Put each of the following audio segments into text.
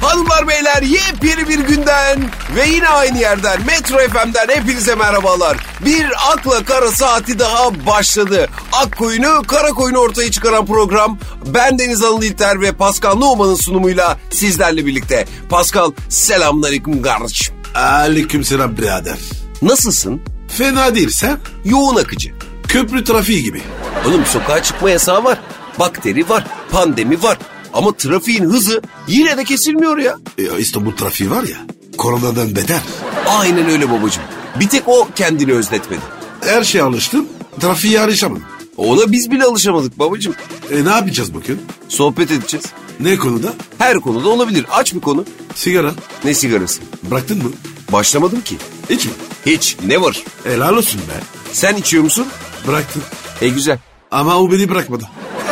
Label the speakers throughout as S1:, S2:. S1: Hanımlar beyler yepyeni bir günden ve yine aynı yerden Metro FM'den hepinize merhabalar. Bir akla kara saati daha başladı. Ak koyunu kara koyunu ortaya çıkaran program ben Deniz Anıl İlter ve Pascal Numan'ın sunumuyla sizlerle birlikte. Pascal selamünaleyküm kardeşim.
S2: Aleyküm selam birader.
S1: Nasılsın?
S2: Fena değil sen.
S1: Yoğun akıcı.
S2: Köprü trafiği gibi.
S1: Oğlum sokağa çıkma yasağı var. Bakteri var. Pandemi var. Ama trafiğin hızı yine de kesilmiyor ya.
S2: E, İstanbul trafiği var ya. Koronadan beter.
S1: Aynen öyle babacığım. Bir tek o kendini özletmedi.
S2: Her şeye alıştım. Trafiğe alışamadım.
S1: Ona biz bile alışamadık babacığım.
S2: E ne yapacağız bugün?
S1: Sohbet edeceğiz.
S2: Ne konuda?
S1: Her konuda olabilir. Aç bir konu.
S2: Sigara.
S1: Ne sigarası?
S2: Bıraktın mı?
S1: Başlamadım ki.
S2: Hiç mi?
S1: Hiç. Ne var?
S2: Helal olsun be.
S1: Sen içiyor musun?
S2: Bıraktın.
S1: E güzel.
S2: Ama o beni bırakmadı.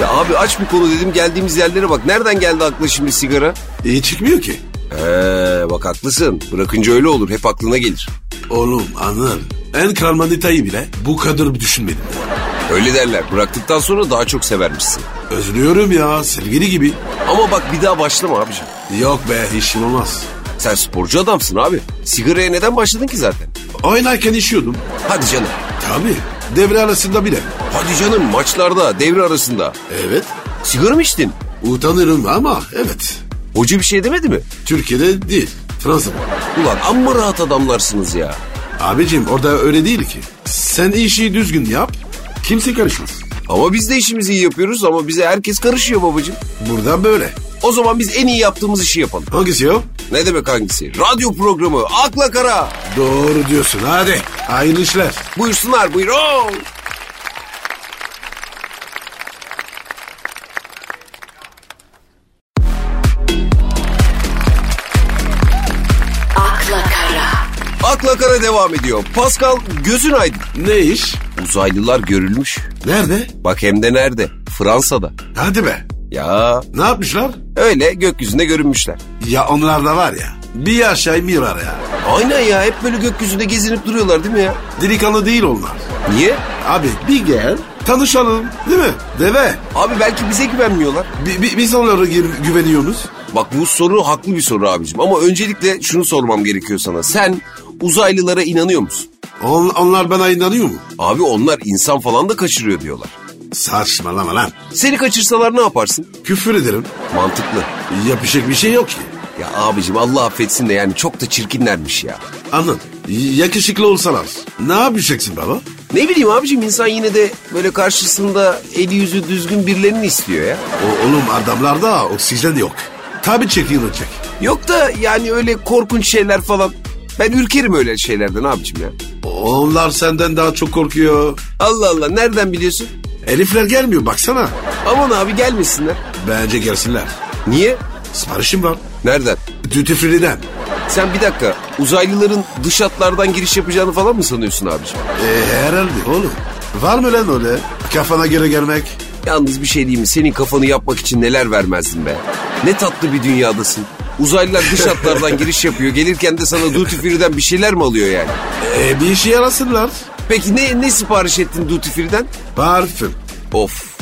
S1: Ya abi aç bir konu dedim geldiğimiz yerlere bak. Nereden geldi aklına şimdi sigara?
S2: E çıkmıyor ki.
S1: Ee, bak haklısın. Bırakınca öyle olur. Hep aklına gelir.
S2: Oğlum anıl. En kral manitayı bile bu kadar düşünmedim.
S1: Öyle derler. Bıraktıktan sonra daha çok severmişsin.
S2: Özlüyorum ya sevgili gibi.
S1: Ama bak bir daha başlama abiciğim.
S2: Yok be işin olmaz.
S1: Sen sporcu adamsın abi. Sigaraya neden başladın ki zaten?
S2: Oynarken işiyordum.
S1: Hadi canım.
S2: Tabii devre arasında bile.
S1: Hadi canım maçlarda, devre arasında.
S2: Evet
S1: Sigara mı içtin?
S2: utanırım ama evet.
S1: Hoca bir şey demedi mi?
S2: Türkiye'de değil. Fransa'da.
S1: Ulan amma rahat adamlarsınız ya.
S2: Abicim orada öyle değil ki. Sen işi düzgün yap. Kimse karışmaz.
S1: Ama biz de işimizi iyi yapıyoruz ama bize herkes karışıyor babacığım.
S2: Burada böyle.
S1: O zaman biz en iyi yaptığımız işi yapalım.
S2: Hangisi o?
S1: Ne demek hangisi? Radyo programı Akla Kara.
S2: Doğru diyorsun hadi. Hayırlı işler.
S1: Buyursunlar buyurun.
S3: Akla Kara.
S1: Akla Kara devam ediyor. Pascal gözün aydın.
S2: Ne iş?
S1: Uzaylılar görülmüş.
S2: Nerede?
S1: Bak hem de nerede? Fransa'da.
S2: Hadi be.
S1: Ya
S2: Ne yapmışlar?
S1: öyle gökyüzünde görünmüşler.
S2: Ya onlar da var ya. Bir aşağı bir var ya.
S1: Aynen ya hep böyle gökyüzünde gezinip duruyorlar değil mi ya?
S2: Delikanlı değil onlar.
S1: Niye?
S2: Abi bir gel. Tanışalım değil mi? Deve.
S1: Abi belki bize güvenmiyorlar.
S2: Bi- bi- biz onlara gü- güveniyoruz.
S1: Bak bu soru haklı bir soru abicim ama öncelikle şunu sormam gerekiyor sana. Sen uzaylılara inanıyor musun?
S2: On- onlar bana inanıyor mu?
S1: Abi onlar insan falan da kaçırıyor diyorlar.
S2: Saçmalama lan.
S1: Seni kaçırsalar ne yaparsın?
S2: Küfür ederim.
S1: Mantıklı.
S2: Yapışık bir şey yok ki.
S1: Ya abicim Allah affetsin de yani çok da çirkinlermiş ya.
S2: Anladın. Yakışıklı olsalar. Ne yapacaksın baba?
S1: Ne bileyim abicim insan yine de böyle karşısında eli yüzü düzgün birilerini istiyor ya.
S2: O, oğlum adamlarda oksijen yok. Tabii çekilecek.
S1: Yok da yani öyle korkunç şeyler falan. Ben ürkerim öyle şeylerden abicim ya.
S2: Onlar senden daha çok korkuyor.
S1: Allah Allah nereden biliyorsun?
S2: Elifler gelmiyor baksana.
S1: Aman abi gelmesinler.
S2: Bence gelsinler.
S1: Niye?
S2: Siparişim var.
S1: Nereden?
S2: Duty free'den.
S1: Sen bir dakika uzaylıların dış hatlardan giriş yapacağını falan mı sanıyorsun abiciğim?
S2: E, herhalde oğlum. Var mı lan öyle? Kafana göre gelmek.
S1: Yalnız bir şey diyeyim mi? Senin kafanı yapmak için neler vermezdim be. Ne tatlı bir dünyadasın. Uzaylılar dış hatlardan giriş yapıyor. Gelirken de sana duty free'den bir şeyler mi alıyor yani?
S2: E, bir işe yarasınlar.
S1: Peki ne ne sipariş ettin duty free'den?
S2: Parfüm.
S1: Of.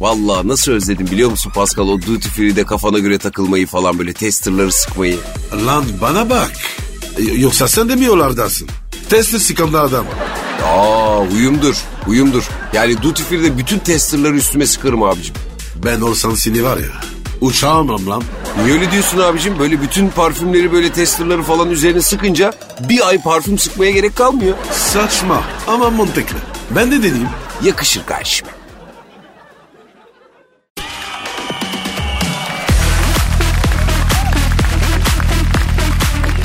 S1: Vallahi nasıl özledim biliyor musun Pascal o duty free'de kafana göre takılmayı falan böyle testerları sıkmayı.
S2: Lan bana bak. E, Yoksa sen de mi yollardansın? Testi sıkanlar adam.
S1: Aa uyumdur, uyumdur. Yani duty free'de bütün testerları üstüme sıkarım abicim.
S2: Ben olsan seni var ya. Uçağım lan.
S1: Niye öyle diyorsun abicim? Böyle bütün parfümleri böyle testerları falan üzerine sıkınca bir ay parfüm sıkmaya gerek kalmıyor.
S2: Saçma ama mantıklı. Ben de deneyeyim.
S1: Yakışır karşıma.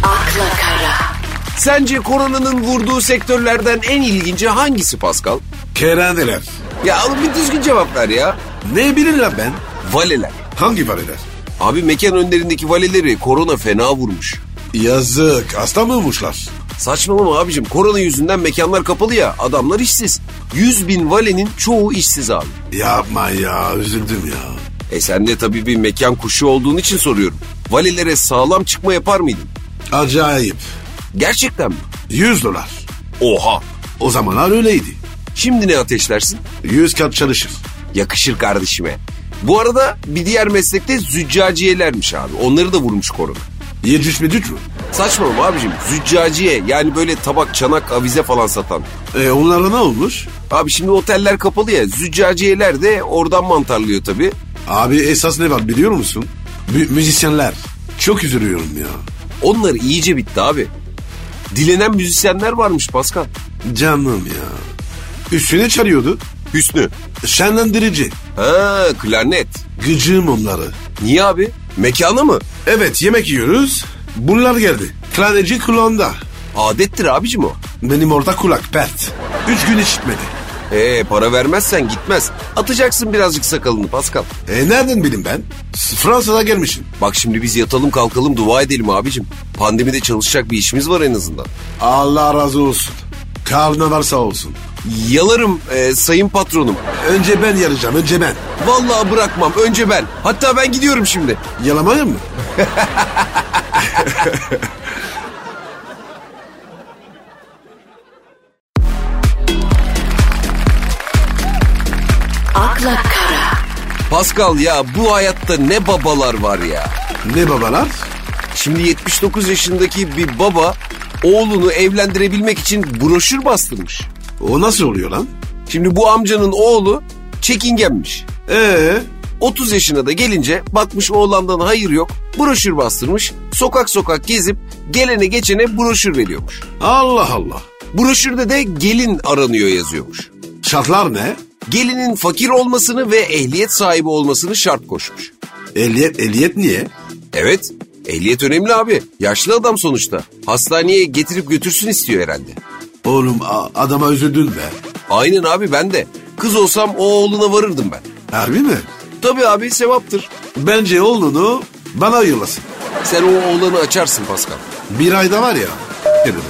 S3: Akla Kara.
S1: Sence koronanın vurduğu sektörlerden en ilginci hangisi Pascal?
S2: Kereneler.
S1: Ya oğlum bir düzgün cevap ver ya.
S2: Ne bileyim lan ben?
S1: Valeler.
S2: Hangi valiler?
S1: Abi mekan önlerindeki valeleri korona fena vurmuş.
S2: Yazık. Hasta mı olmuşlar?
S1: Saçmalama abicim korona yüzünden mekanlar kapalı ya adamlar işsiz. 100 bin valenin çoğu işsiz abi.
S2: Yapma ya. Üzüldüm ya.
S1: E sen de tabii bir mekan kuşu olduğun için soruyorum. Valelere sağlam çıkma yapar mıydın?
S2: Acayip.
S1: Gerçekten mi?
S2: 100 dolar.
S1: Oha.
S2: O zamanlar öyleydi.
S1: Şimdi ne ateşlersin?
S2: 100 kat çalışır.
S1: Yakışır kardeşime. Bu arada bir diğer meslekte züccaciyelermiş abi. Onları da vurmuş korona.
S2: Yecüc mecüc mü?
S1: Saçmalama abicim. Züccaciye yani böyle tabak, çanak, avize falan satan.
S2: E onlara ne olmuş?
S1: Abi şimdi oteller kapalı ya. Züccaciyeler de oradan mantarlıyor tabii.
S2: Abi esas ne var biliyor musun? Mü- müzisyenler. Çok üzülüyorum ya.
S1: Onlar iyice bitti abi. Dilenen müzisyenler varmış Pascal.
S2: Canım ya. Üstüne çalıyordu.
S1: Hüsnü.
S2: Şenlendirici.
S1: Ha klarnet.
S2: Gıcığım onları.
S1: Niye abi? Mekana mı?
S2: Evet yemek yiyoruz. Bunlar geldi. Klaneci kulağında.
S1: Adettir abicim o.
S2: Benim orada kulak pert. Üç gün işitmedi.
S1: Ee para vermezsen gitmez. Atacaksın birazcık sakalını Pascal.
S2: E nereden bileyim ben? S- Fransa'da gelmişim.
S1: Bak şimdi biz yatalım kalkalım dua edelim abicim. Pandemide çalışacak bir işimiz var en azından.
S2: Allah razı olsun. Karnı varsa olsun.
S1: Yalarım e, sayın patronum.
S2: Önce ben yarayacağım, önce ben.
S1: Vallahi bırakmam önce ben. Hatta ben gidiyorum şimdi.
S2: Yalamayın mı?
S3: akla kara,
S1: Pascal ya bu hayatta ne babalar var ya.
S2: Ne babalar?
S1: Şimdi 79 yaşındaki bir baba oğlunu evlendirebilmek için broşür bastırmış.
S2: O nasıl oluyor lan?
S1: Şimdi bu amcanın oğlu çekingenmiş.
S2: Ee,
S1: 30 yaşına da gelince bakmış oğlandan hayır yok broşür bastırmış. Sokak sokak gezip gelene geçene broşür veriyormuş.
S2: Allah Allah.
S1: Broşürde de gelin aranıyor yazıyormuş.
S2: Şartlar ne?
S1: Gelinin fakir olmasını ve ehliyet sahibi olmasını şart koşmuş.
S2: Ehliyet, ehliyet niye?
S1: Evet ehliyet önemli abi. Yaşlı adam sonuçta. Hastaneye getirip götürsün istiyor herhalde.
S2: Oğlum a- adama üzüldün be.
S1: Aynen abi ben de. Kız olsam o oğluna varırdım ben.
S2: Harbi mi?
S1: Tabii abi sevaptır.
S2: Bence oğlunu bana ayırlasın.
S1: Sen o oğlanı açarsın Pascal. Bir
S2: Bir ayda var ya. dedim.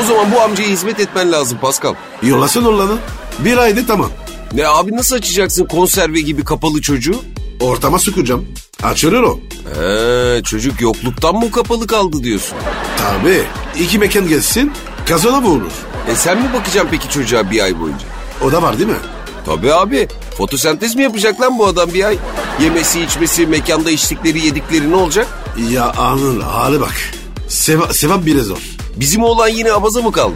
S1: O zaman bu amcaya hizmet etmen lazım Pascal.
S2: Yollasın oğlanı. Bir ayda tamam.
S1: Ne abi nasıl açacaksın konserve gibi kapalı çocuğu?
S2: Ortama sıkacağım. Açılır o.
S1: He, çocuk yokluktan mı kapalı kaldı diyorsun?
S2: Tabii. İki mekan gelsin. Kazana vurulur.
S1: E sen mi bakacaksın peki çocuğa bir ay boyunca?
S2: O da var değil mi?
S1: Tabii abi. Fotosentez mi yapacak lan bu adam bir ay? Yemesi, içmesi, mekanda içtikleri, yedikleri ne olacak?
S2: Ya anıl hali bak. Seva, sevap bile zor.
S1: Bizim oğlan yine abaza mı kaldı?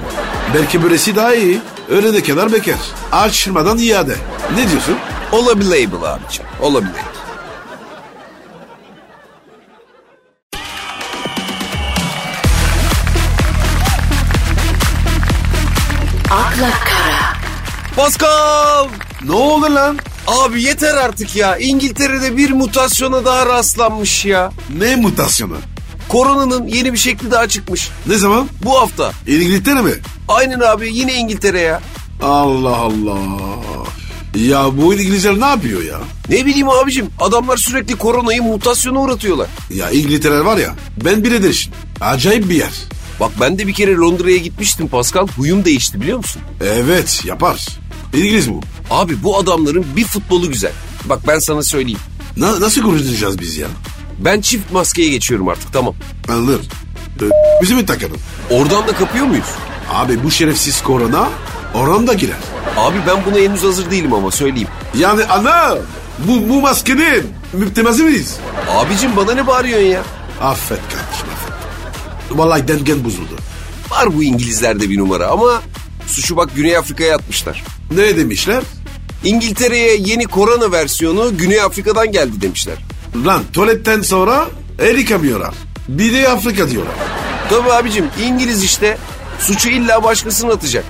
S2: Belki böylesi daha iyi. Öğlene kadar bekar. Açılmadan iade. Ne diyorsun?
S1: Olabilable abicim, olabilir.
S3: akla kara,
S1: Pascal!
S2: Ne oldu lan?
S1: Abi yeter artık ya. İngiltere'de bir mutasyona daha rastlanmış ya.
S2: Ne mutasyonu?
S1: Koronanın yeni bir şekli daha çıkmış.
S2: Ne zaman?
S1: Bu hafta.
S2: İngiltere mi?
S1: Aynen abi yine İngiltere ya.
S2: Allah Allah. Ya bu İngilizler ne yapıyor ya?
S1: Ne bileyim abicim adamlar sürekli koronayı mutasyona uğratıyorlar.
S2: Ya İngiltere var ya ben bile şimdi. Acayip bir yer.
S1: Bak ben de bir kere Londra'ya gitmiştim Pascal. Huyum değişti biliyor musun?
S2: Evet yapar. İngiliz bu.
S1: Abi bu adamların bir futbolu güzel. Bak ben sana söyleyeyim.
S2: Na- nasıl konuşacağız biz ya?
S1: Ben çift maskeye geçiyorum artık tamam.
S2: Alır. Bizi mi takalım?
S1: Oradan da kapıyor muyuz?
S2: Abi bu şerefsiz korona oran da girer.
S1: Abi ben buna henüz hazır değilim ama söyleyeyim.
S2: Yani ana bu, bu maskenin müptemazı mıyız?
S1: Abicim bana ne bağırıyorsun ya?
S2: Affet kardeşim affet. Vallahi dengen bozuldu.
S1: Var bu İngilizlerde bir numara ama suçu bak Güney Afrika'ya atmışlar.
S2: Ne demişler?
S1: İngiltere'ye yeni korona versiyonu Güney Afrika'dan geldi demişler.
S2: Lan tuvaletten sonra el yıkamıyorlar. Bir de Afrika diyorlar.
S1: Tabii abicim İngiliz işte suçu illa başkasına atacak.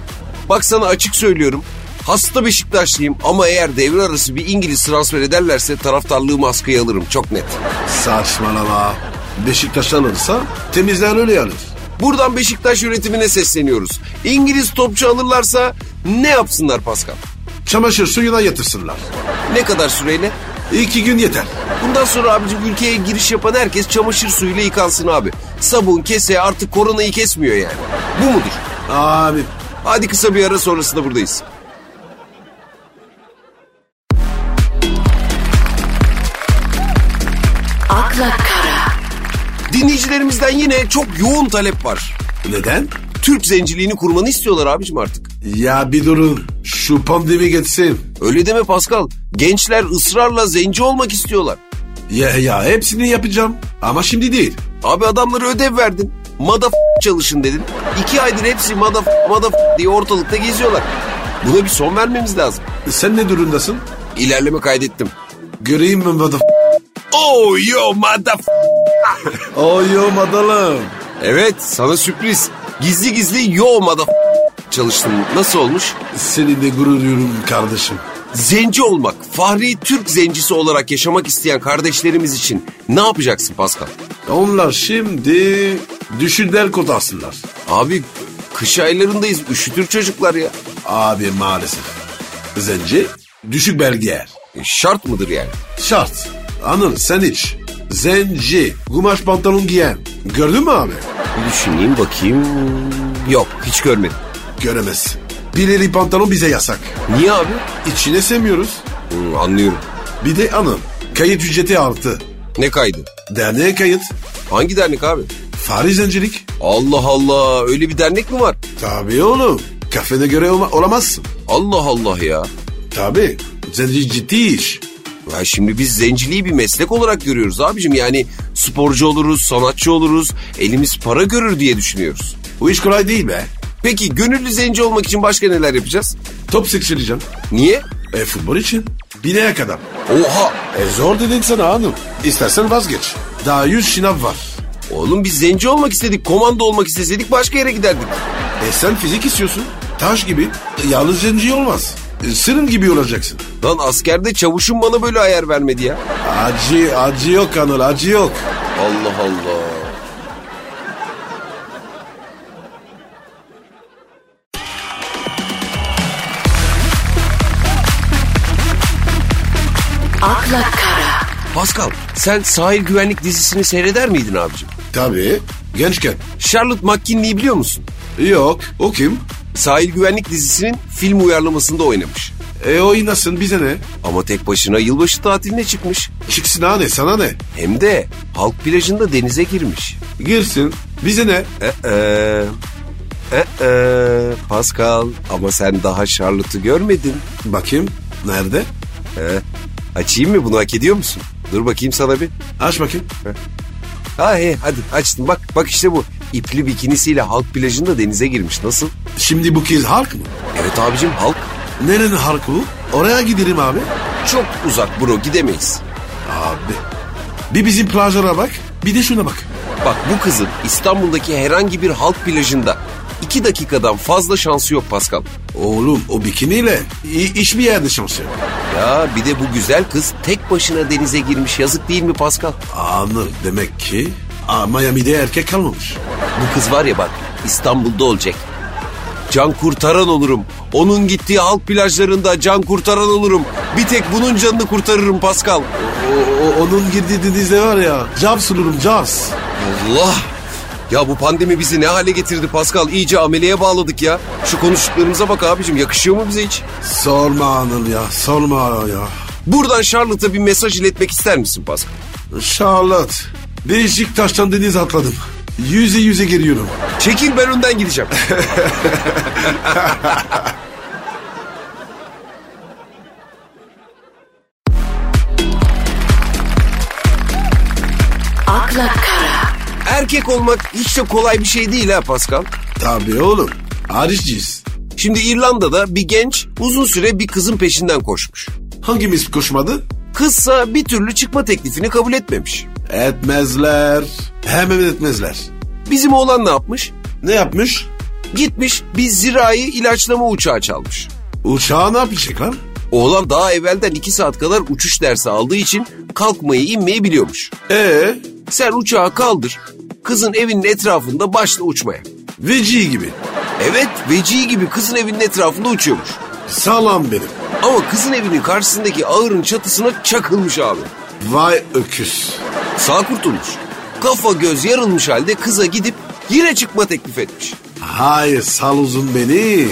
S1: Bak sana açık söylüyorum. Hasta Beşiktaşlıyım ama eğer devre arası bir İngiliz transfer ederlerse taraftarlığımı askıya alırım çok net.
S2: Saçmalama. Beşiktaş alırsa temizler öyle alır.
S1: Buradan Beşiktaş yönetimine sesleniyoruz. İngiliz topçu alırlarsa ne yapsınlar Pascal?
S2: Çamaşır suyuna yatırsınlar.
S1: Ne kadar süreyle?
S2: İki gün yeter.
S1: Bundan sonra abicim ülkeye giriş yapan herkes çamaşır suyuyla yıkansın abi. Sabun, kese artık koronayı kesmiyor yani. Bu mudur?
S2: Abi
S1: Hadi kısa bir ara sonrasında buradayız.
S3: akla kara,
S1: Dinleyicilerimizden yine çok yoğun talep var.
S2: neden?
S1: Türk zenciliğini kurmanı istiyorlar abicim artık.
S2: Ya bir durun. Şu pandemi geçsin.
S1: Öyle deme Pascal. Gençler ısrarla zenci olmak istiyorlar.
S2: Ya ya hepsini yapacağım. Ama şimdi değil.
S1: Abi adamlara ödev verdin. Madaf çalışın dedin. İki aydır hepsi madaf madaf diye ortalıkta geziyorlar. Buna bir son vermemiz lazım.
S2: Sen ne durumdasın?
S1: İlerleme kaydettim.
S2: Göreyim mi madaf?
S1: Oh yo madaf.
S2: Oyo madalım.
S1: Evet sana sürpriz. Gizli gizli yo madaf çalıştım. Nasıl olmuş?
S2: Seni de gurur duyuyorum kardeşim.
S1: Zenci olmak, Fahri Türk zencisi olarak yaşamak isteyen kardeşlerimiz için ne yapacaksın Pascal?
S2: Onlar şimdi düşünler kotasınlar.
S1: Abi kış aylarındayız üşütür çocuklar ya.
S2: Abi maalesef. Zenci düşük belgeyer.
S1: E, şart mıdır yani?
S2: Şart. Anıl sen hiç. Zenci kumaş pantolon giyen. Gördün mü abi?
S1: Bir düşüneyim bakayım. Yok hiç görmedim.
S2: Göremezsin. Pileli pantolon bize yasak.
S1: Niye abi?
S2: İçine semiyoruz.
S1: Hı, anlıyorum.
S2: Bir de anın. Kayıt ücreti artı.
S1: Ne kaydı?
S2: Derneğe kayıt.
S1: Hangi dernek abi?
S2: Fari zencilik.
S1: Allah Allah öyle bir dernek mi var?
S2: Tabii oğlum. Kafene göre olma- olamazsın.
S1: Allah Allah ya.
S2: Tabii. Zenci ciddi iş.
S1: Ya şimdi biz zenciliği bir meslek olarak görüyoruz abicim. Yani sporcu oluruz, sanatçı oluruz, elimiz para görür diye düşünüyoruz.
S2: O iş kolay değil be.
S1: Peki gönüllü zenci olmak için başka neler yapacağız?
S2: Top seksileceğim.
S1: Niye?
S2: E futbol için. Bineğe kadar.
S1: Oha!
S2: E zor dedin sana hanım. İstersen vazgeç. Daha yüz şınav var.
S1: Oğlum biz zenci olmak istedik, komando olmak isteseydik başka yere giderdik.
S2: E sen fizik istiyorsun. Taş gibi. E, Yalnız zenci olmaz. E, sırım gibi olacaksın.
S1: Lan askerde çavuşum bana böyle ayar vermedi ya.
S2: Acı, acı yok Anıl acı yok.
S1: Allah Allah.
S3: akla kara,
S1: Pascal sen sahil güvenlik dizisini seyreder miydin abicim?
S2: Tabii. Gençken.
S1: Charlotte McKinley'i biliyor musun?
S2: Yok. O kim?
S1: Sahil güvenlik dizisinin film uyarlamasında oynamış.
S2: E oynasın bize ne?
S1: Ama tek başına yılbaşı tatiline çıkmış.
S2: Çıksın ha ne sana ne?
S1: Hem de halk plajında denize girmiş.
S2: Girsin. Bize ne?
S1: Ee, ee, Pascal ama sen daha Charlotte'ı görmedin.
S2: Bakayım. Nerede?
S1: Ee, açayım mı bunu hak ediyor musun? Dur bakayım sana bir.
S2: Aç bakayım.
S1: Ha he hadi açtım bak bak işte bu. İpli bikinisiyle halk plajında denize girmiş nasıl?
S2: Şimdi bu kez halk mı?
S1: Evet abicim halk
S2: Nerenin halkı bu? Oraya gidelim abi.
S1: çok uzak bro gidemeyiz.
S2: Abi. Bir bizim plajlara bak. Bir de şuna bak.
S1: Bak bu kızın İstanbul'daki herhangi bir halk plajında iki dakikadan fazla şansı yok Pascal.
S2: Oğlum o bikiniyle i- iş bir yerde çalışıyor.
S1: Ya bir de bu güzel kız tek başına denize girmiş yazık değil mi Pascal?
S2: Anır demek ki Aa, Miami'de erkek kalmamış.
S1: Bu kız var ya bak İstanbul'da olacak. Can kurtaran olurum. Onun gittiği halk plajlarında can kurtaran olurum. Bir tek bunun canını kurtarırım Pascal.
S2: O- o- onun girdiği denizde var ya Jaws olurum Jaws.
S1: Allah! Ya bu pandemi bizi ne hale getirdi Pascal? İyice ameleye bağladık ya. Şu konuştuklarımıza bak abicim yakışıyor mu bize hiç?
S2: Sorma Anıl ya sorma ya.
S1: Buradan Charlotte'a bir mesaj iletmek ister misin Pascal?
S2: Charlotte değişik taştan deniz atladım. Yüze yüze giriyorum.
S1: Çekil ben önden gideceğim.
S3: akla kara,
S1: Erkek olmak hiç de kolay bir şey değil ha Pascal.
S2: Tabii oğlum hariçciyiz.
S1: Şimdi İrlanda'da bir genç uzun süre bir kızın peşinden koşmuş.
S2: Hangimiz koşmadı?
S1: Kızsa bir türlü çıkma teklifini kabul etmemiş.
S2: Etmezler. Hemen etmezler.
S1: Bizim oğlan ne yapmış?
S2: Ne yapmış?
S1: Gitmiş bir zirai ilaçlama uçağı çalmış.
S2: Uçağı ne yapacak lan?
S1: Oğlan daha evvelden iki saat kadar uçuş dersi aldığı için kalkmayı inmeyi biliyormuş.
S2: Ee,
S1: Sen uçağı kaldır, kızın evinin etrafında başla uçmaya.
S2: veci gibi.
S1: Evet, veci gibi kızın evinin etrafında uçuyormuş.
S2: Sağlam benim.
S1: Ama kızın evinin karşısındaki ağırın çatısına çakılmış abi.
S2: Vay öküz.
S1: Sağ kurtulmuş. Kafa göz yarılmış halde kıza gidip yine çıkma teklif etmiş.
S2: Hayır sal uzun beni.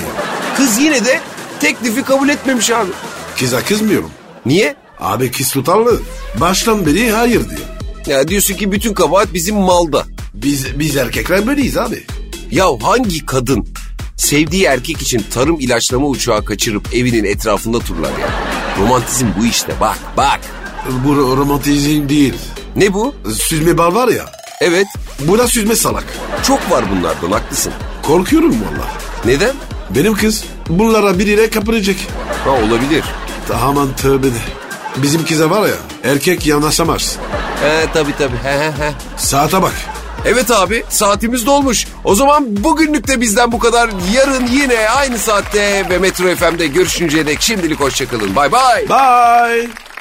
S1: Kız yine de teklifi kabul etmemiş abi.
S2: Kıza kızmıyorum.
S1: Niye?
S2: Abi kız tutarlı. Baştan beri hayır diyor.
S1: Ya diyorsun ki bütün kabahat bizim malda.
S2: Biz, biz erkekler böyleyiz abi.
S1: Ya hangi kadın sevdiği erkek için tarım ilaçlama uçağı kaçırıp evinin etrafında turlar ya? Romantizm bu işte bak bak.
S2: Bu romantizm değil.
S1: Ne bu?
S2: Süzme bal var ya.
S1: Evet
S2: Bu da süzme salak.
S1: Çok var bunlardan haklısın.
S2: Korkuyorum valla.
S1: Neden?
S2: Benim kız bunlara biriyle kapılacak.
S1: Ha olabilir.
S2: Aman tövbe de. Bizim kıza var ya erkek yanaşamaz.
S1: He tabii tabii. He he he.
S2: Saate bak.
S1: Evet abi saatimiz dolmuş. O zaman bugünlük de bizden bu kadar. Yarın yine aynı saatte ve Metro FM'de görüşünceye dek şimdilik hoşçakalın. Bay bay.
S2: Bye.